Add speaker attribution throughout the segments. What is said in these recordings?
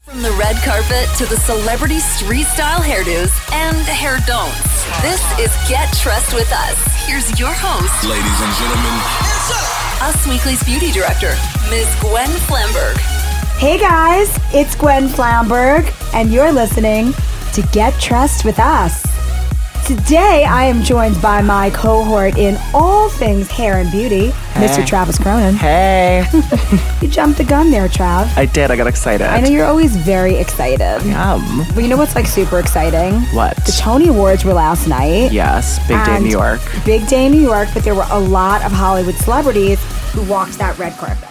Speaker 1: From the red carpet to the celebrity street style hairdos and hair don'ts, this is Get Trust with Us. Here's your host,
Speaker 2: Ladies and gentlemen,
Speaker 1: Us Weekly's beauty director, Ms. Gwen Flamberg.
Speaker 3: Hey guys, it's Gwen Flamberg, and you're listening to Get Trust with Us. Today, I am joined by my cohort in all things hair and beauty, Mr. Travis Cronin.
Speaker 4: Hey,
Speaker 3: You jumped the gun there, Trav.
Speaker 4: I did. I got excited.
Speaker 3: I know you're always very excited.
Speaker 4: Yum.
Speaker 3: But you know what's like super exciting?
Speaker 4: What?
Speaker 3: The Tony Awards were last night.
Speaker 4: Yes, big day in
Speaker 3: And
Speaker 4: New York.
Speaker 3: Big day in New York, but there were a lot of Hollywood celebrities who walked that red carpet.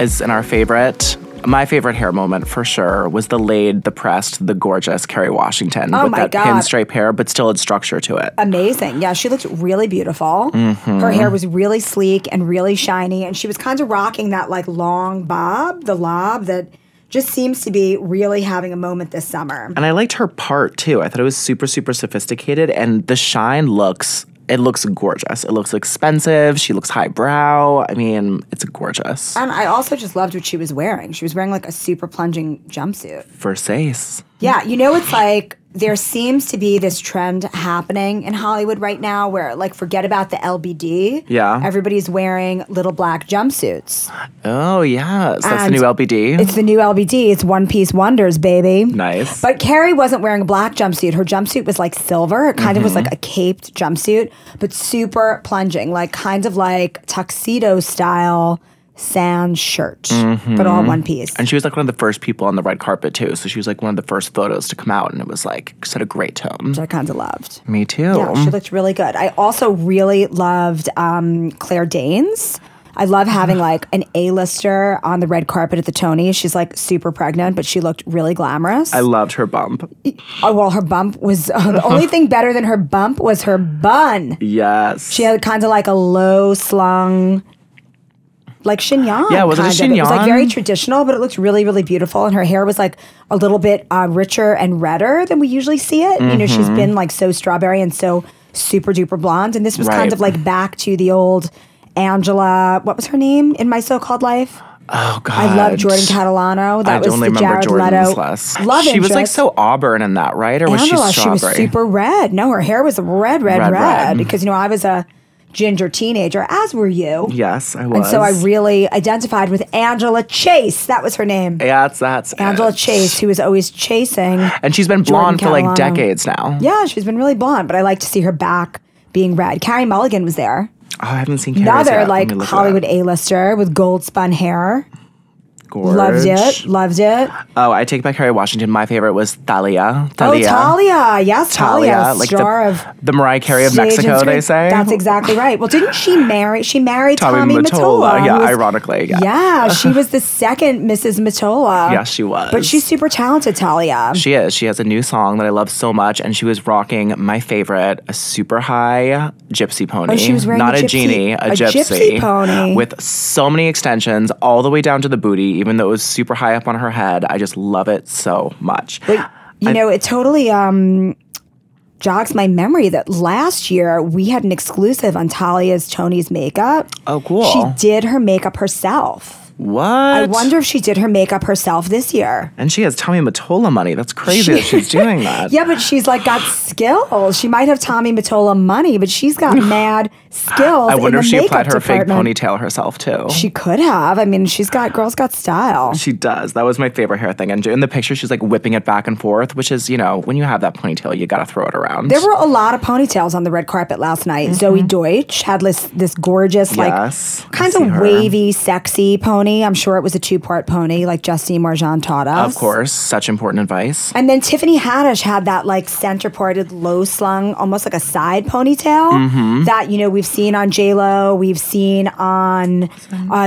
Speaker 4: Is in our favorite. My favorite hair moment for sure was the laid, the pressed, the gorgeous Kerry Washington
Speaker 3: Oh
Speaker 4: with
Speaker 3: my
Speaker 4: that
Speaker 3: God.
Speaker 4: pinstripe hair, but still had structure to it.
Speaker 3: amazing. Yeah, she looked really beautiful. Her hair was really sleek and really shiny, and she was kind of rocking that like long bob, the lob that just seems to be really having a moment this summer.
Speaker 4: And I liked her part too. I thought it was super, super sophisticated, and the shine looks. It looks gorgeous. It looks expensive. She looks highbrow. I mean, it's gorgeous.
Speaker 3: And I also just loved what she was wearing. She was wearing like a super plunging jumpsuit.
Speaker 4: Versace.
Speaker 3: Yeah, you know, it's like there seems to be this trend happening in Hollywood right now where, like, forget about the LBD.
Speaker 4: Yeah.
Speaker 3: Everybody's wearing little black jumpsuits.
Speaker 4: Oh yes, that's
Speaker 3: And
Speaker 4: the new LBD.
Speaker 3: It's the new LBD. It's One Piece Wonders, baby.
Speaker 4: nice.
Speaker 3: But Carrie wasn't wearing a black jumpsuit. Her jumpsuit was like silver. It kind of was like
Speaker 4: Mm-hmm.
Speaker 3: a caped jumpsuit, but super plunging, like kind of like tuxedo style sand shirt, but all one piece.
Speaker 4: Mm-hmm. And she was like one of the first people on the red carpet too. So she was like one of the first photos to come out, and it was like set a great tone.
Speaker 3: which I kind of loved.
Speaker 4: Me too.
Speaker 3: Yeah, she looked really good. I also really loved um, Claire Danes. I love having like an A-lister on the red carpet at the Tonys. She's like super pregnant, but she looked really glamorous.
Speaker 4: I loved her bump.
Speaker 3: oh, well, her bump was the only thing better than her bump was her bun.
Speaker 4: Yes.
Speaker 3: She had kind of like a low slung, like chignon.
Speaker 4: Yeah, was it a
Speaker 3: kind of. It was like
Speaker 4: chignon?
Speaker 3: very traditional, but it looked really, really beautiful. And her hair was like a little bit uh, richer and redder than we usually see it. You know,
Speaker 4: Mm-hmm.
Speaker 3: she's been like so strawberry and so super duper blonde. And this was kind
Speaker 4: Right.
Speaker 3: of like back to the old Angela, what was her name in my so called life?
Speaker 4: oh God.
Speaker 3: I love Jordan Catalano. That
Speaker 4: I
Speaker 3: was
Speaker 4: only
Speaker 3: the
Speaker 4: remember
Speaker 3: Jared
Speaker 4: Jordan's
Speaker 3: Leto.
Speaker 4: last.
Speaker 3: Love
Speaker 4: she was like
Speaker 3: interest.
Speaker 4: so auburn in that, right? Or was
Speaker 3: Angela,
Speaker 4: she
Speaker 3: she was
Speaker 4: strawberry?
Speaker 3: super red. No, her hair was red, red, red,
Speaker 4: Red, red.
Speaker 3: Because you know, I was a ginger teenager, as were you.
Speaker 4: yes, I was.
Speaker 3: And so I really identified with Angela Chase. That was her name.
Speaker 4: yes, that's it.
Speaker 3: Angela Chase, who was always chasing.
Speaker 4: And she's been
Speaker 3: Jordan
Speaker 4: blonde for like
Speaker 3: Catalano.
Speaker 4: decades now.
Speaker 3: Yeah, she's been really blonde, but I like to see her back being red. Carrie Mulligan was there.
Speaker 4: Oh, I haven't seen Carrie's yet.
Speaker 3: Another
Speaker 4: Let
Speaker 3: like
Speaker 4: me look it
Speaker 3: Hollywood
Speaker 4: up.
Speaker 3: A-lister with gold spun hair.
Speaker 4: Gorge.
Speaker 3: Loved it. Loved it.
Speaker 4: Oh, I take back Harry Washington. My favorite was Thalia. Thalia.
Speaker 3: Oh, Talia. Yes, Talia.
Speaker 4: Talia, like
Speaker 3: star
Speaker 4: the,
Speaker 3: of
Speaker 4: the Mariah Carey of
Speaker 3: stage and
Speaker 4: Mexico, they
Speaker 3: screen.
Speaker 4: say.
Speaker 3: That's exactly right. Well, didn't she marry? She married Tommy,
Speaker 4: Tommy Mottola.
Speaker 3: Mottola. who
Speaker 4: Yeah,
Speaker 3: was-
Speaker 4: ironically, yeah.
Speaker 3: she was the second Mrs. Matola.
Speaker 4: Yes, she was.
Speaker 3: But she's super talented, Talia.
Speaker 4: She is. She has a new song that I love so much, and she was rocking my favorite, a super high gypsy pony.
Speaker 3: Oh, she was wearing
Speaker 4: not
Speaker 3: a
Speaker 4: a,
Speaker 3: gypsy-
Speaker 4: genie, a,
Speaker 3: a gypsy pony.
Speaker 4: with so many extensions all the way down to the booty. Even though it was super high up on her head, I just love it so much.
Speaker 3: you know, it totally um, jogs my memory that last year we had an exclusive on Talia's Tony's makeup.
Speaker 4: Oh, cool.
Speaker 3: She did her makeup herself.
Speaker 4: what?
Speaker 3: I wonder if she did her makeup herself this year.
Speaker 4: And she has Tommy Mottola money. That's crazy that she's doing that.
Speaker 3: Yeah, but she's like got skills. She might have Tommy Matola money, but she's got mad skills.
Speaker 4: I wonder
Speaker 3: in
Speaker 4: if
Speaker 3: the
Speaker 4: she applied
Speaker 3: makeup
Speaker 4: her fake
Speaker 3: department.
Speaker 4: ponytail herself too.
Speaker 3: She could have. I mean, she's got girls got style.
Speaker 4: She does. That was my favorite hair thing. And in the picture, she's like whipping it back and forth, which is, you know, when you have that ponytail, you gotta throw it around.
Speaker 3: There were a lot of ponytails on the red carpet last night. Zoe Deutsch had this this gorgeous,
Speaker 4: Mm-hmm. Yes,
Speaker 3: like
Speaker 4: I
Speaker 3: kind
Speaker 4: see
Speaker 3: of
Speaker 4: her.
Speaker 3: wavy, sexy pony. I'm sure it was a two part pony, like Justine Marjan taught us.
Speaker 4: of course, such important advice.
Speaker 3: And then Tiffany Haddish had that like center parted, low slung, almost like a side ponytail
Speaker 4: Mm-hmm.
Speaker 3: that you know we've seen on J Lo, we've seen on uh,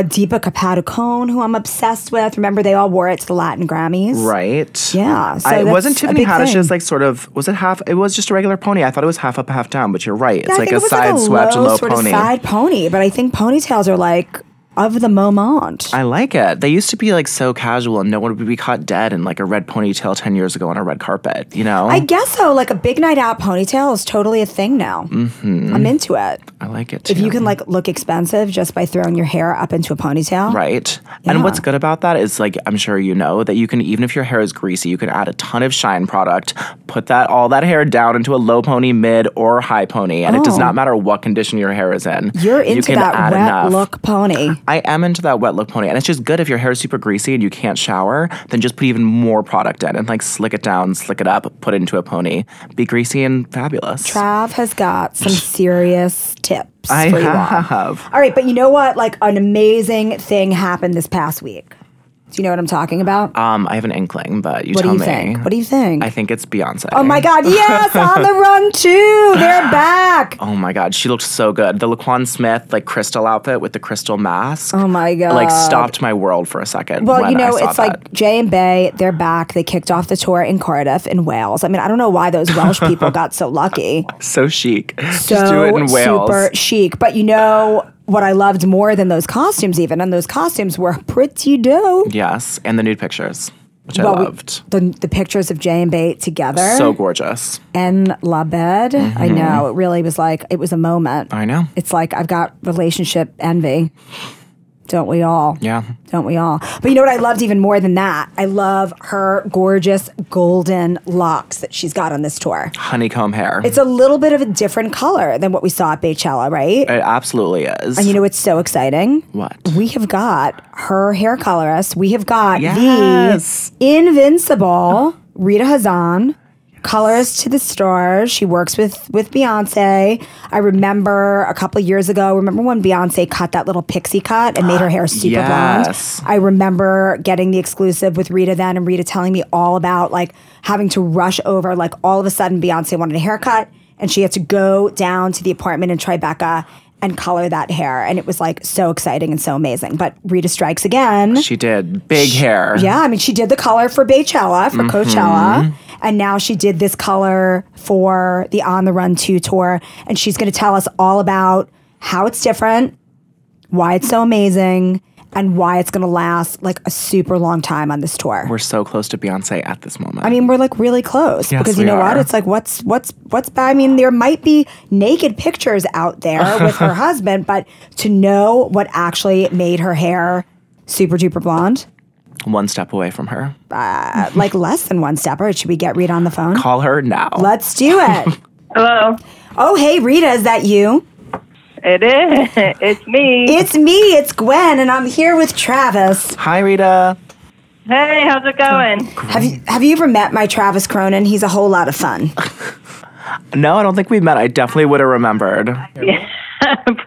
Speaker 3: Deepa Padukone, who I'm obsessed with. Remember, they all wore it to the Latin Grammys.
Speaker 4: Right.
Speaker 3: Yeah, so
Speaker 4: I,
Speaker 3: that's
Speaker 4: wasn't
Speaker 3: a
Speaker 4: Tiffany
Speaker 3: big
Speaker 4: Haddish's
Speaker 3: thing.
Speaker 4: like sort of was it half? It was just a regular pony. I thought it was half up, half down. But you're right. It's
Speaker 3: Yeah, I
Speaker 4: like
Speaker 3: think
Speaker 4: a
Speaker 3: it was
Speaker 4: side
Speaker 3: like a
Speaker 4: swept
Speaker 3: low,
Speaker 4: low
Speaker 3: sort
Speaker 4: pony.
Speaker 3: of side pony, but I think ponytails are like of the moment.
Speaker 4: I like it. They used to be like so casual, and no one would be caught dead in like a red ponytail ten years ago on a red carpet. You know,
Speaker 3: I guess so. Like a big night out ponytail is totally a thing now. Mm-hmm. I'm into it.
Speaker 4: I like it. Too.
Speaker 3: If you can like look expensive just by throwing your hair up into a ponytail,
Speaker 4: Right.
Speaker 3: Yeah.
Speaker 4: And what's good about that is, like, I'm sure you know that you can, even if your hair is greasy, you can add a ton of shine product, put that all that hair down into a low pony, mid, or high pony, and it does
Speaker 3: Oh.
Speaker 4: not matter what condition your hair is in.
Speaker 3: You're
Speaker 4: you
Speaker 3: into
Speaker 4: can
Speaker 3: that
Speaker 4: add
Speaker 3: wet
Speaker 4: enough.
Speaker 3: look pony.
Speaker 4: I am into that wet look pony, and it's just good if your hair is super greasy and you can't shower. Then just put even more product in and like slick it down, slick it up, put it into a pony. Be greasy and fabulous.
Speaker 3: Trav has got some serious tips
Speaker 4: I
Speaker 3: for you all.
Speaker 4: have.
Speaker 3: All right, but you know what? Like an amazing thing happened this past week. Do you know what I'm talking about?
Speaker 4: Um, I have an inkling, but you
Speaker 3: what do
Speaker 4: tell
Speaker 3: you
Speaker 4: me.
Speaker 3: think? What do you think?
Speaker 4: I think it's Beyonce.
Speaker 3: oh my God! Yes, on the run too. They're back.
Speaker 4: Oh my god, she looked so good. The Laquan Smith like crystal outfit with the crystal mask.
Speaker 3: Oh my God!
Speaker 4: Like stopped my world for a second.
Speaker 3: Well,
Speaker 4: when
Speaker 3: you know,
Speaker 4: I saw
Speaker 3: it's
Speaker 4: that.
Speaker 3: like Jay and Bay, they're back. They kicked off the tour in Cardiff in Wales. I mean, I don't know why those Welsh people got so lucky.
Speaker 4: so chic. Just
Speaker 3: So
Speaker 4: do it in Wales.
Speaker 3: super chic. But you know what I loved more than those costumes, even? And those costumes were pretty dope.
Speaker 4: Yes, and the nude pictures, which
Speaker 3: Well,
Speaker 4: I
Speaker 3: we-
Speaker 4: loved.
Speaker 3: The, the pictures of Jay and Bay together
Speaker 4: So gorgeous.
Speaker 3: in La Bed. I know. It really was like, it was a moment.
Speaker 4: I know.
Speaker 3: It's like, I've got relationship envy. Don't we all?
Speaker 4: Yeah.
Speaker 3: Don't we all? But you know what I loved even more than that? I love her gorgeous golden locks that she's got on this tour.
Speaker 4: Honeycomb hair.
Speaker 3: It's a little bit of a different color than what we saw at Beychella, right?
Speaker 4: it absolutely is.
Speaker 3: And you know what's so exciting?
Speaker 4: what?
Speaker 3: We have got her hair colorist. We have got
Speaker 4: Yes.
Speaker 3: the invincible Rita Hazan, colorist to the stars. She works with with Beyonce. I remember a couple years ago. Remember when Beyonce cut that little pixie cut and made her hair super
Speaker 4: Yes.
Speaker 3: blonde? I remember getting the exclusive with Rita then, and Rita telling me all about like having to rush over. Like all of a sudden, Beyonce wanted a haircut, and she had to go down to the apartment in Tribeca. And color that hair. And it was like so exciting and so amazing. But Rita strikes again.
Speaker 4: She did big hair.
Speaker 3: Yeah, I mean, she did the color for Baychella,
Speaker 4: Mm-hmm.
Speaker 3: for Coachella, and now she did this color for the On the Run 2 tour. And she's going to tell us all about how it's different, why it's so amazing, and why it's going to last like a super long time on this tour.
Speaker 4: We're so close to Beyonce at this moment.
Speaker 3: I mean, we're like really close
Speaker 4: Yes,
Speaker 3: because you
Speaker 4: we
Speaker 3: know what?
Speaker 4: are.
Speaker 3: It's like what's what's what's. I mean, there might be naked pictures out there with her husband, but to know what actually made her hair super duper blonde,
Speaker 4: one step away from her.
Speaker 3: uh, like less than one step. Or should we get Rita on the phone?
Speaker 4: Call her now.
Speaker 3: Let's do it.
Speaker 2: Hello.
Speaker 3: oh, hey, Rita, is that you?
Speaker 2: It is. It's me.
Speaker 3: It's me. It's Gwen, and I'm here with Travis.
Speaker 4: Hi, Rita.
Speaker 2: hey, how's it going?
Speaker 3: Have you have you ever met my Travis Cronin? He's a whole lot of fun.
Speaker 4: No, I don't think we met. I definitely would have remembered.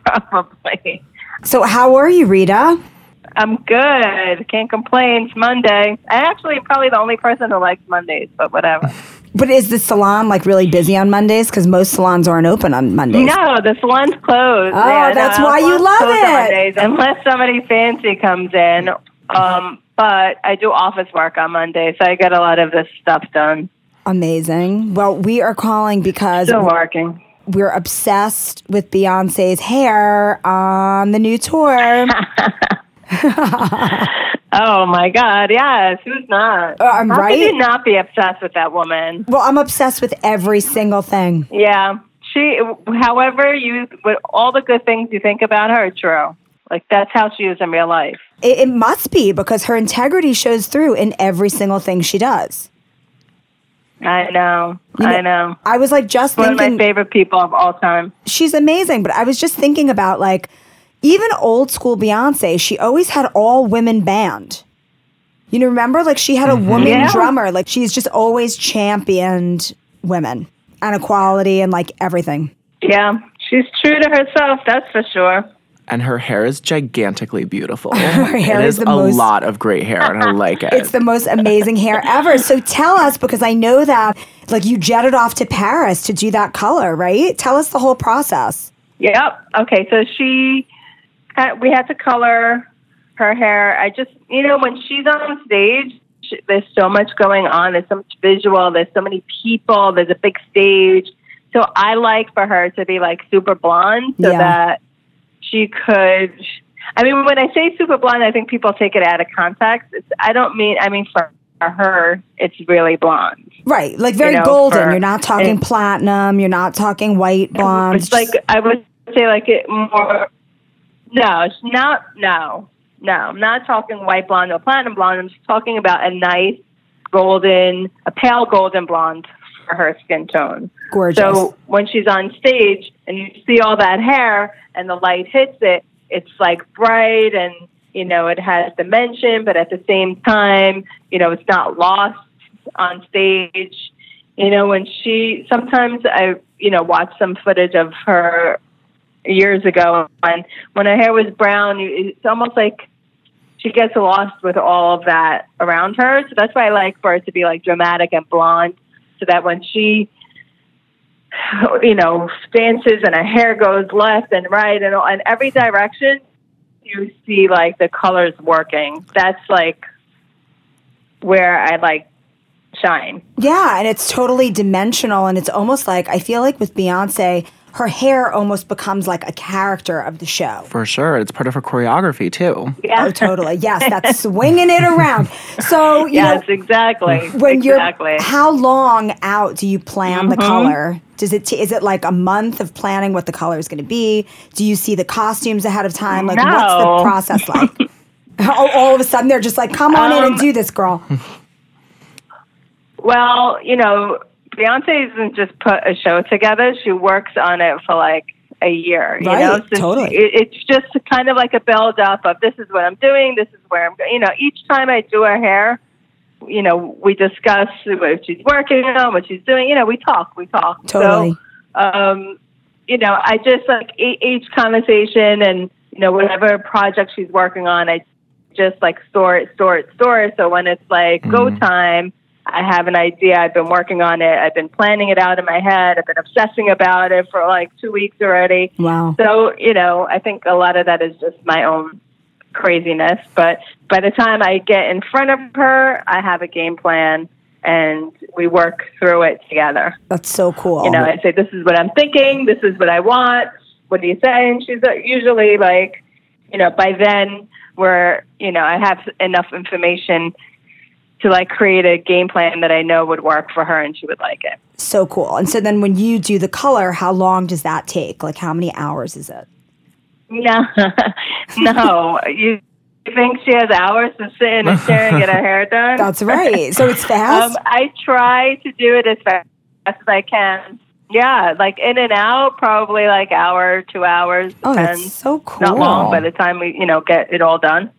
Speaker 2: Probably.
Speaker 3: So, how are you, Rita?
Speaker 2: I'm good. Can't complain. It's Monday. I actually am probably the only person who likes Mondays, but whatever.
Speaker 3: But is the salon like really busy on Mondays? Because most salons aren't open on Mondays.
Speaker 2: No, the salon's closed.
Speaker 3: Oh,
Speaker 2: Yeah,
Speaker 3: that's
Speaker 2: no,
Speaker 3: why you
Speaker 2: salon's
Speaker 3: love
Speaker 2: closed on
Speaker 3: it.
Speaker 2: Mondays, unless somebody fancy comes in. Um, but I do office work on Monday, so I get a lot of this stuff done.
Speaker 3: Amazing. Well, we are calling because
Speaker 2: Still working.
Speaker 3: we're obsessed with Beyonce's hair on the new tour.
Speaker 2: Oh my God! Yes, who's not?
Speaker 3: Uh, I'm
Speaker 2: How
Speaker 3: right.
Speaker 2: Could you not be obsessed with that woman?
Speaker 3: well, I'm obsessed with every single thing.
Speaker 2: Yeah. She, however, you, but all the good things you think about her are true. Like that's how she is in real life.
Speaker 3: It, it must be because her integrity shows through in every single thing she does.
Speaker 2: I know. I know.
Speaker 3: I was like just
Speaker 2: One of my
Speaker 3: thinking
Speaker 2: favorite people of all time.
Speaker 3: she's amazing, but I was just thinking about like even old school Beyonce, she always had all women band. You know, remember like she had a woman
Speaker 2: Mm-hmm. Yeah.
Speaker 3: drummer. Like she's just always championed women and equality and like everything.
Speaker 2: Yeah, she's true to herself. That's for sure.
Speaker 4: and her hair is gigantically beautiful.
Speaker 3: hair
Speaker 4: it
Speaker 3: is
Speaker 4: is,
Speaker 3: the
Speaker 4: a
Speaker 3: most-
Speaker 4: lot of great hair, and I like it.
Speaker 3: It's the most amazing hair ever. So tell us because I know that like you jetted off to Paris to do that color, right? Tell us the whole process.
Speaker 2: Yep. Okay. So she, had- we had to color her hair. I just, you know, when she's on stage, sh there's so much going on. There's so much visual. There's so many people. There's a big stage. So I like for her to be like super blonde so
Speaker 3: Yeah.
Speaker 2: that she could. I mean, when I say super blonde, I think people take it out of context. It's, I don't mean. I mean for her, it's really blonde.
Speaker 3: Right, like very
Speaker 2: You know,
Speaker 3: golden.
Speaker 2: for-
Speaker 3: you're not talking
Speaker 2: and-
Speaker 3: platinum. You're not talking white blonde.
Speaker 2: it's like I would say, like it more. No, it's not. No, no. I'm not talking white blonde or platinum blonde. I'm just talking about a nice golden, a pale golden blonde for her skin tone.
Speaker 3: Gorgeous.
Speaker 2: So when she's on stage and you see all that hair and the light hits it, it's like bright and you know it has dimension, but at the same time, you know it's not lost on stage. You know when she sometimes I you know watch some footage of her years ago and when her hair was brown, you- it's almost like she gets lost with all of that around her. So that's why I like for it to be like dramatic and blonde, so that when she you know, dances and her hair goes left and right and in every direction, you see like the colors working. That's like where I like shine.
Speaker 3: Yeah, and it's totally dimensional. And it's almost like I feel like with Beyonce, her hair almost becomes like a character of the show.
Speaker 4: For sure. It's part of her choreography too.
Speaker 2: Yeah.
Speaker 3: Oh, totally. Yes, that's swinging it around. So, you
Speaker 2: yes,
Speaker 3: know,
Speaker 2: exactly.
Speaker 3: when
Speaker 2: exactly. Mm-hmm.
Speaker 3: you're, how long out do you plan the color? Does it, t- is it like a month of planning what the color is going to be? Do you see the costumes ahead of time? Like,
Speaker 2: No.
Speaker 3: what's the process like? all, all of a sudden, they're just like, come on in and
Speaker 2: Um,
Speaker 3: do this, girl.
Speaker 2: Well, you know, Beyonce doesn't just put a show together. She works on it for like a year. You
Speaker 3: Right,
Speaker 2: know, Since
Speaker 3: totally.
Speaker 2: It, it's just kind of like a build up of this is what I'm doing. This is where I'm. go-" You know, each time I do her hair, you know, we discuss what she's working on, what she's doing. You know, we talk. We talk.
Speaker 3: Totally.
Speaker 2: So, um, you know, I just like e- each conversation and you know whatever project she's working on, I just like store it, store it, store it. So when it's like go time, I have an idea. I've been working on it. I've been planning it out in my head. I've been obsessing about it for like two weeks already.
Speaker 3: Wow.
Speaker 2: So you know, I think a lot of that is just my own craziness. But by the time I get in front of her, I have a game plan and we work through it together.
Speaker 3: That's so cool.
Speaker 2: You know, I say, this is what I'm thinking. This is what I want. What do you say? And she's uh, usually like, you know, by then we're, you know, I have enough information to like create a game plan that I know would work for her and she would like it.
Speaker 3: so cool. And so then when you do the color, how long does that take? Like how many hours is it?
Speaker 2: No, no. You think she has hours to sit in a chair and get her hair done?
Speaker 3: That's right. So it's fast.
Speaker 2: Um, I try to do it as fast as I can. Yeah, like in and out, probably like hour, two hours.
Speaker 3: oh, that's
Speaker 2: depends.
Speaker 3: so cool.
Speaker 2: Not long by the time we, you know, get it all done.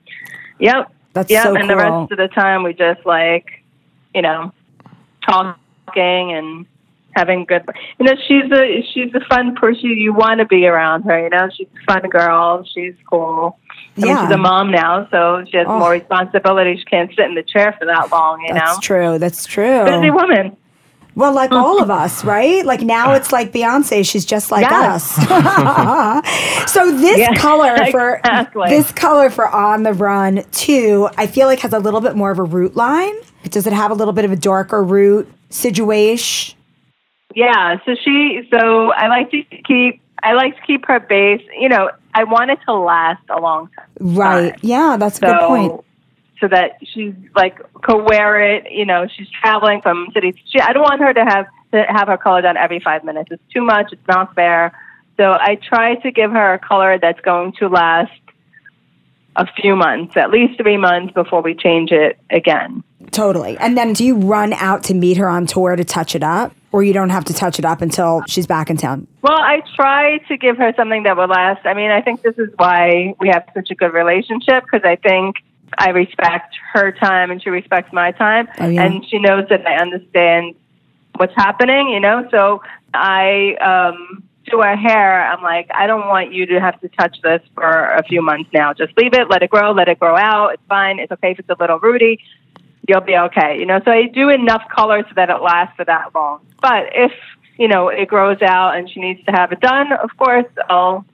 Speaker 2: Yep.
Speaker 3: That's
Speaker 2: yep.
Speaker 3: so
Speaker 2: and the
Speaker 3: cool.
Speaker 2: rest of the time we just like, you know, talking and having good. You know, she's a she's a fun person you want to be around her. You know, she's a fun girl. She's cool. I mean,
Speaker 3: Yeah.
Speaker 2: she's a mom now, so she has
Speaker 3: Oh.
Speaker 2: more responsibility. She can't sit in the chair for that long. You
Speaker 3: That's
Speaker 2: know,
Speaker 3: true. That's true.
Speaker 2: busy woman.
Speaker 3: Well, like all of us, right? Like now it's like Beyonce. She's just like
Speaker 2: Yes.
Speaker 3: us. so this
Speaker 2: Yeah,
Speaker 3: color for
Speaker 2: exactly.
Speaker 3: this color for On the Run too, I feel like has a little bit more of a root line. Does it have a little bit of a darker root situation?
Speaker 2: Yeah, so she so I like to keep I like to keep her base, you know, I want it to last a long time.
Speaker 3: Right. Yeah, that's a
Speaker 2: So
Speaker 3: good point.
Speaker 2: so that she's like could wear it, you know, she's traveling from city to city. I don't want her to have to have her color done every 5 minutes. It's too much, it's not fair. So I try to give her a color that's going to last a few months, at least 3 months before we change it again.
Speaker 3: Totally. And then do you run out to meet her on tour to touch it up? Or you don't have to touch it up until she's back in town?
Speaker 2: Well, I try to give her something that will last. I mean, I think this is why we have such a good relationship because I think I respect her time and she respects my time.
Speaker 3: Oh, yeah.
Speaker 2: And she knows that I understand what's happening, you know? So I um, do her hair. I'm like, I don't want you to have to touch this for a few months now. Just leave it, let it grow, let it grow out. It's fine. It's okay if it's a little rooty you'll be okay. You know, so I do enough color so that it lasts for that long. But if, you know, it grows out and she needs to have it done, of course I'll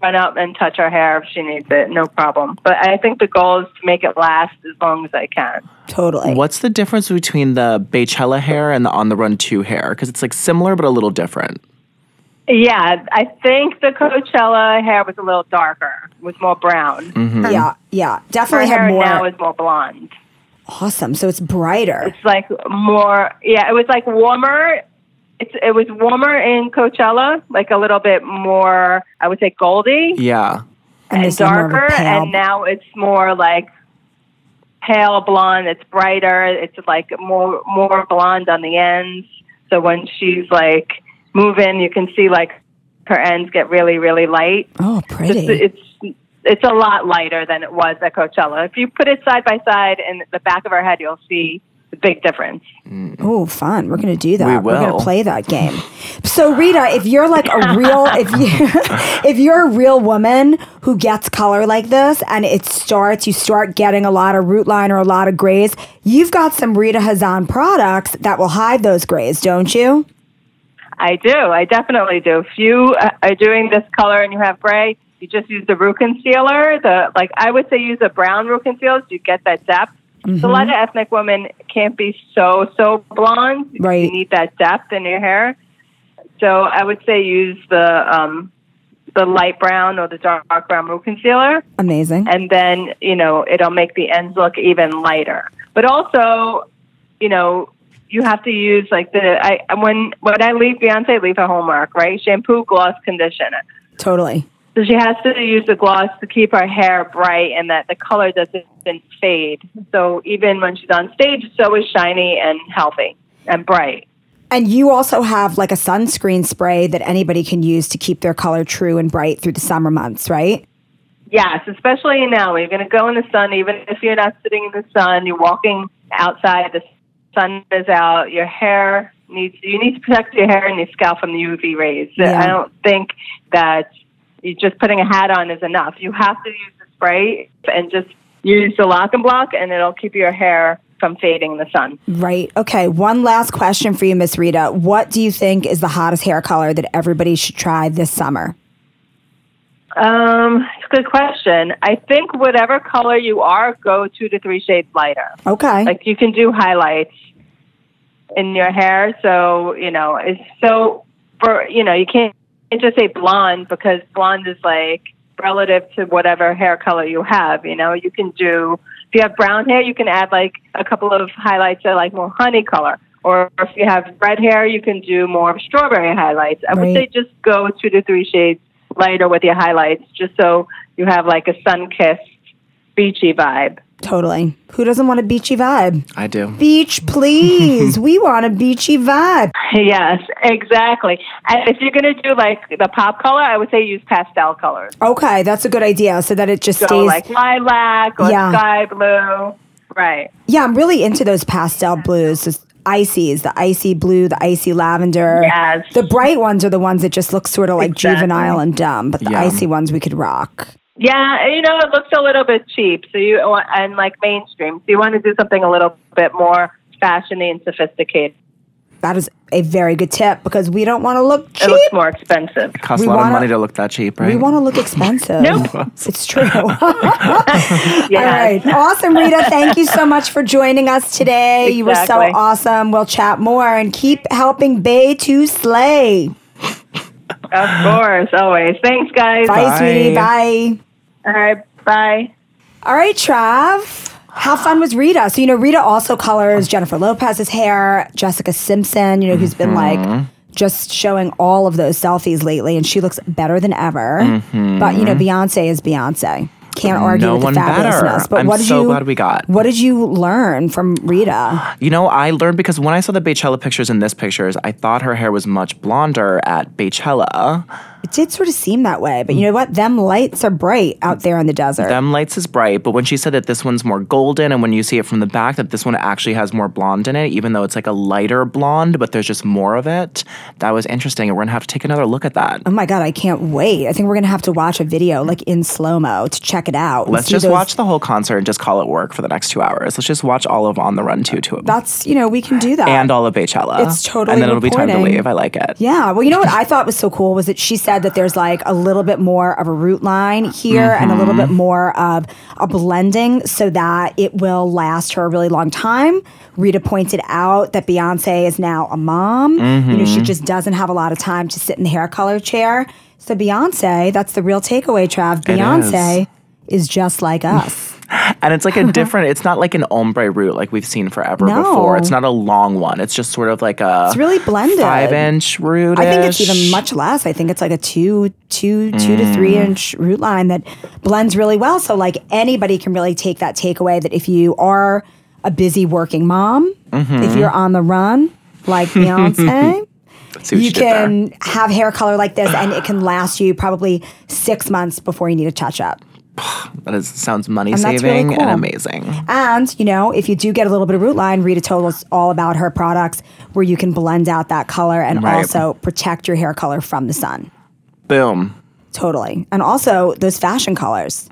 Speaker 2: run up and touch her hair if she needs it, no problem. But I think the goal is to make it last as long as I can.
Speaker 3: Totally.
Speaker 4: What's the difference between the Beychella hair and the On the Run 2 hair? Because it's like similar but a little different.
Speaker 2: Yeah, I think the Coachella hair was a little darker, was more brown.
Speaker 3: Yeah, yeah.
Speaker 2: Her
Speaker 3: Definitely had
Speaker 2: hair
Speaker 3: more.
Speaker 2: now is more blonde.
Speaker 3: awesome. So it's brighter.
Speaker 2: It's like more, yeah, it was like warmer. It's, it was warmer in Coachella, like a little bit more, I would say, goldy
Speaker 4: Yeah.
Speaker 3: And,
Speaker 2: and
Speaker 3: this is more of a
Speaker 2: darker,
Speaker 3: pale-
Speaker 2: and now it's more like pale blonde. It's brighter. It's like more more blonde on the ends. So when she's like moving, you can see like her ends get really really light.
Speaker 3: oh, pretty.
Speaker 2: It's it's it's a lot lighter than it was at Coachella. If you put it side by side in the back of her head, you'll see the big difference.
Speaker 3: Oh, fun. We're going to do that.
Speaker 4: We
Speaker 3: are going
Speaker 4: will.
Speaker 3: to play that game. So, Rita, if you're like a real if you if you're a real woman who gets color like this and it starts you start getting a lot of root line or a lot of grays, you've got some Rita Hazan products that will hide those grays, don't you?
Speaker 2: I do. I definitely do. If you uh, are doing this color and you have gray, you just use the root concealer. The like I would say use a brown root concealer. So you get that depth. 'Cause A lot of ethnic women can't be so so blonde.
Speaker 3: Right.
Speaker 2: You need that depth in your hair. So I would say use the um, the light brown or the dark brown root concealer
Speaker 3: Amazing.
Speaker 2: and then you know it'll make the ends look even lighter. But also, you know, you have to use like the I when when I leave Beyonce leave her homework right shampoo, gloss, conditioner.
Speaker 3: Totally.
Speaker 2: So she has to use the gloss to keep her hair bright and that the color doesn't fade. So even when she's on stage, it's always shiny and healthy and bright.
Speaker 3: And you also have like a sunscreen spray that anybody can use to keep their color true and bright through the summer months, right?
Speaker 2: Yes, especially now. You're going to go in the sun, even if you're not sitting in the sun. You're walking outside. The sun is out. Your hair needs you need to protect your hair and your scalp from the UV rays.
Speaker 3: Yeah.
Speaker 2: I don't think that you just putting a hat on is enough. You have to use the spray and just use the lock and block, and it'll keep your hair from fading in the sun.
Speaker 3: Right. Okay. One last question for you, Miss Rita. What do you think is the hottest hair color that everybody should try this summer?
Speaker 2: Um, it's a good question. I think whatever color you are, go two to three shades lighter.
Speaker 3: Okay.
Speaker 2: like you can do highlights in your hair so you know it's so for you know you can't you can't just say blonde because blonde is like relative to whatever hair color you have you know you can do if you have brown hair you can add like a couple of highlights that are like more honey color or if you have red hair you can do more of strawberry highlights i would say
Speaker 3: Right.
Speaker 2: just go two to three shades lighter with your highlights just so you have like a sun-kissed beachy vibe
Speaker 3: totally. Who doesn't want a beachy vibe?
Speaker 4: I do.
Speaker 3: Beach, please. we want a beachy vibe.
Speaker 2: Yes, exactly. And if you're going to do like the pop color, I would say use pastel colors.
Speaker 3: Okay, that's a good idea. So that it just
Speaker 2: So
Speaker 3: stays.
Speaker 2: like lilac or
Speaker 3: Yeah.
Speaker 2: sky blue. Right.
Speaker 3: yeah, I'm really into those pastel blues. Just icies, the icy blue, the icy lavender.
Speaker 2: Yes.
Speaker 3: The bright ones are the ones that just look sort of like
Speaker 2: Exactly.
Speaker 3: juvenile and dumb, but the
Speaker 4: Yeah.
Speaker 3: icy ones we could rock.
Speaker 2: Yeah, and, you know it looks a little bit cheap. So you want- and like mainstream. So you want to do something a little bit more fashiony and sophisticated.
Speaker 3: That is a very good tip because we don't want to look
Speaker 2: It
Speaker 3: cheap.
Speaker 2: looks more expensive.
Speaker 4: Costs
Speaker 3: We
Speaker 4: a lot
Speaker 3: wanna-
Speaker 4: of money to look that cheap, right?
Speaker 3: We want to look expensive.
Speaker 2: Nope.
Speaker 3: It's true. All
Speaker 2: Yes.
Speaker 3: right. Awesome, Rita. Thank you so much for joining us today. You were so
Speaker 2: Exactly.
Speaker 3: awesome. We'll chat more and keep helping Bay to slay.
Speaker 2: Of course, always. Thanks guys.
Speaker 3: Bye,
Speaker 4: Bye.
Speaker 3: sweetie. Bye.
Speaker 2: All right, bye.
Speaker 3: All right, Trav. How fun was Rita? So, you know, Rita also colors Jennifer Lopez's hair, Jessica Simpson, you know, who's been
Speaker 4: Mm-hmm.
Speaker 3: like just showing all of those selfies lately, and she looks better than ever. But, you know, Beyonce is Beyonce. Can't argue
Speaker 4: Mm-hmm. No
Speaker 3: with
Speaker 4: one
Speaker 3: the
Speaker 4: better.
Speaker 3: fabulousness. But
Speaker 4: I'm
Speaker 3: what did
Speaker 4: so
Speaker 3: you,
Speaker 4: glad we got.
Speaker 3: What did you learn from Rita?
Speaker 4: You know, I learned because when I saw the Beychella pictures and this pictures, I thought her hair was much blonder at Beychella.
Speaker 3: It did sort of seem that way, but you know what? Them lights are bright out there in the desert.
Speaker 4: Them lights is bright, but when she said that this one's more golden, and when you see it from the back, that this one actually has more blonde in it, even though it's like a lighter blonde, but there's just more of it. That was interesting, and we're gonna have to take another look at that.
Speaker 3: Oh my god, I can't wait. I think we're gonna have to watch a video like in slow mo to check it out. and
Speaker 4: Let's
Speaker 3: see
Speaker 4: just
Speaker 3: those-
Speaker 4: watch the whole concert and just call it work for the next two hours. Let's just watch all of On the Run 2 to it.
Speaker 3: That's you know we can do that.
Speaker 4: and all of Beychella.
Speaker 3: It's totally
Speaker 4: And then it'll be time to
Speaker 3: reporting.
Speaker 4: leave. I like it.
Speaker 3: yeah. Well, you know what I thought was so cool was that she said that there's like a little bit more of a root line here and a little bit more of a blending so that it will last her a really long time. Rita pointed out that Beyonce is now a mom. You know, she just doesn't have a lot of time to sit in the hair color chair. So Beyonce, that's the real takeaway, Trav. Beyonce is just like us.
Speaker 4: And it's like a different, it's not like an ombre root like we've seen forever
Speaker 3: No.
Speaker 4: before. It's not a long one. It's just sort of like a
Speaker 3: It's really blended.
Speaker 4: five inch root.
Speaker 3: I think it's even much less. I think it's like a two, two, two to three
Speaker 4: Mm.
Speaker 3: inch root line that blends really well. So like anybody can really take that takeaway that if you are a busy working mom,
Speaker 4: Mm-hmm.
Speaker 3: if you're on the run, like Beyonce,
Speaker 4: See what
Speaker 3: you
Speaker 4: she did there.
Speaker 3: can have hair color like this, and it can last you probably six months before you need a touch up.
Speaker 4: That is, sounds money
Speaker 3: that's really
Speaker 4: saving
Speaker 3: cool.
Speaker 4: and amazing.
Speaker 3: And, you know, if you do get a little bit of root line, Rita told us all about her products where you can blend out that color and
Speaker 4: Right.
Speaker 3: also protect your hair color from the sun.
Speaker 4: Boom.
Speaker 3: Totally. And also those fashion colors.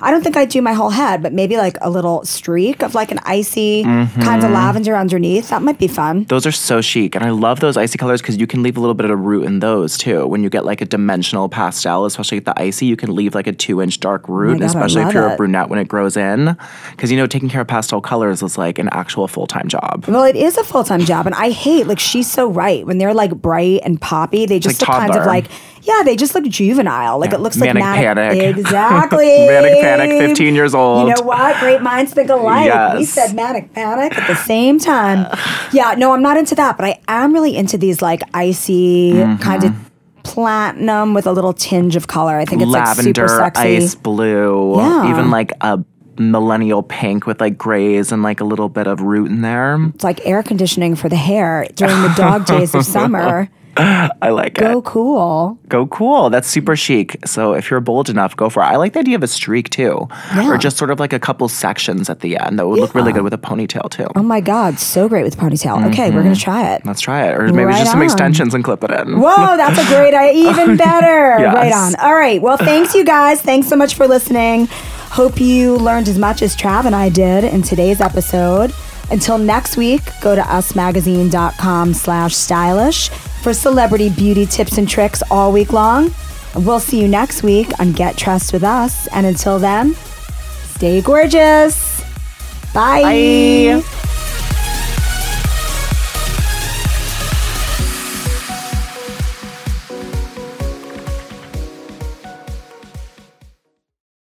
Speaker 3: I don't think I do my whole head, but maybe like a little streak of like an icy
Speaker 4: Mm-hmm.
Speaker 3: kind of lavender underneath. That might be fun.
Speaker 4: Those are so chic. And I love those icy colors because you can leave a little bit of a root in those too. When you get like a dimensional pastel, especially with the icy, you can leave like a two inch dark
Speaker 3: Oh
Speaker 4: root,
Speaker 3: God, I
Speaker 4: especially if
Speaker 3: love
Speaker 4: you're
Speaker 3: it.
Speaker 4: a brunette when it grows in. Because you know, taking care of pastel colors is like an actual full time job.
Speaker 3: Well, it is a full time job, and I hate like she's so right. When they're like bright and poppy, they just
Speaker 4: Like
Speaker 3: look kind of
Speaker 4: toddler.
Speaker 3: like yeah, they just look juvenile. Like it looks
Speaker 4: Manic
Speaker 3: like manic
Speaker 4: panic.
Speaker 3: exactly.
Speaker 4: Manic panic, 15 years old.
Speaker 3: You know what? Great minds think alike. We
Speaker 4: Yes.
Speaker 3: said manic panic at the same time. yeah, no, I'm not into that, but I am really into these like icy
Speaker 4: Mm-hmm.
Speaker 3: kind of platinum with a little tinge of color. I think it's
Speaker 4: Lavender,
Speaker 3: like super sexy.
Speaker 4: ice blue,
Speaker 3: Yeah.
Speaker 4: even like a millennial pink with like grays and like a little bit of root in there.
Speaker 3: It's like air conditioning for the hair during the dog days of summer.
Speaker 4: I like it.
Speaker 3: Go cool.
Speaker 4: go cool. That's super chic. So if you're bold enough, go for it. I like the idea of a streak too, or just sort of like a couple sections at the end that would look really good with a ponytail too.
Speaker 3: Oh my God, so great with ponytail.
Speaker 4: Mm-hmm.
Speaker 3: Okay, we're gonna try it.
Speaker 4: Let's try it, or maybe
Speaker 3: Right
Speaker 4: just some
Speaker 3: on.
Speaker 4: extensions and clip it in.
Speaker 3: Whoa, that's a great idea. Even better.
Speaker 4: Yes.
Speaker 3: Right on. All right. Well, thanks, you guys. Thanks so much for listening. Hope you learned as much as Trav and I did in today's episode. Until next week, go to usmagazine.com slash stylish for celebrity beauty tips and tricks all week long. And We'll see you next week on Get Trust with Us. And until then, stay gorgeous. Bye.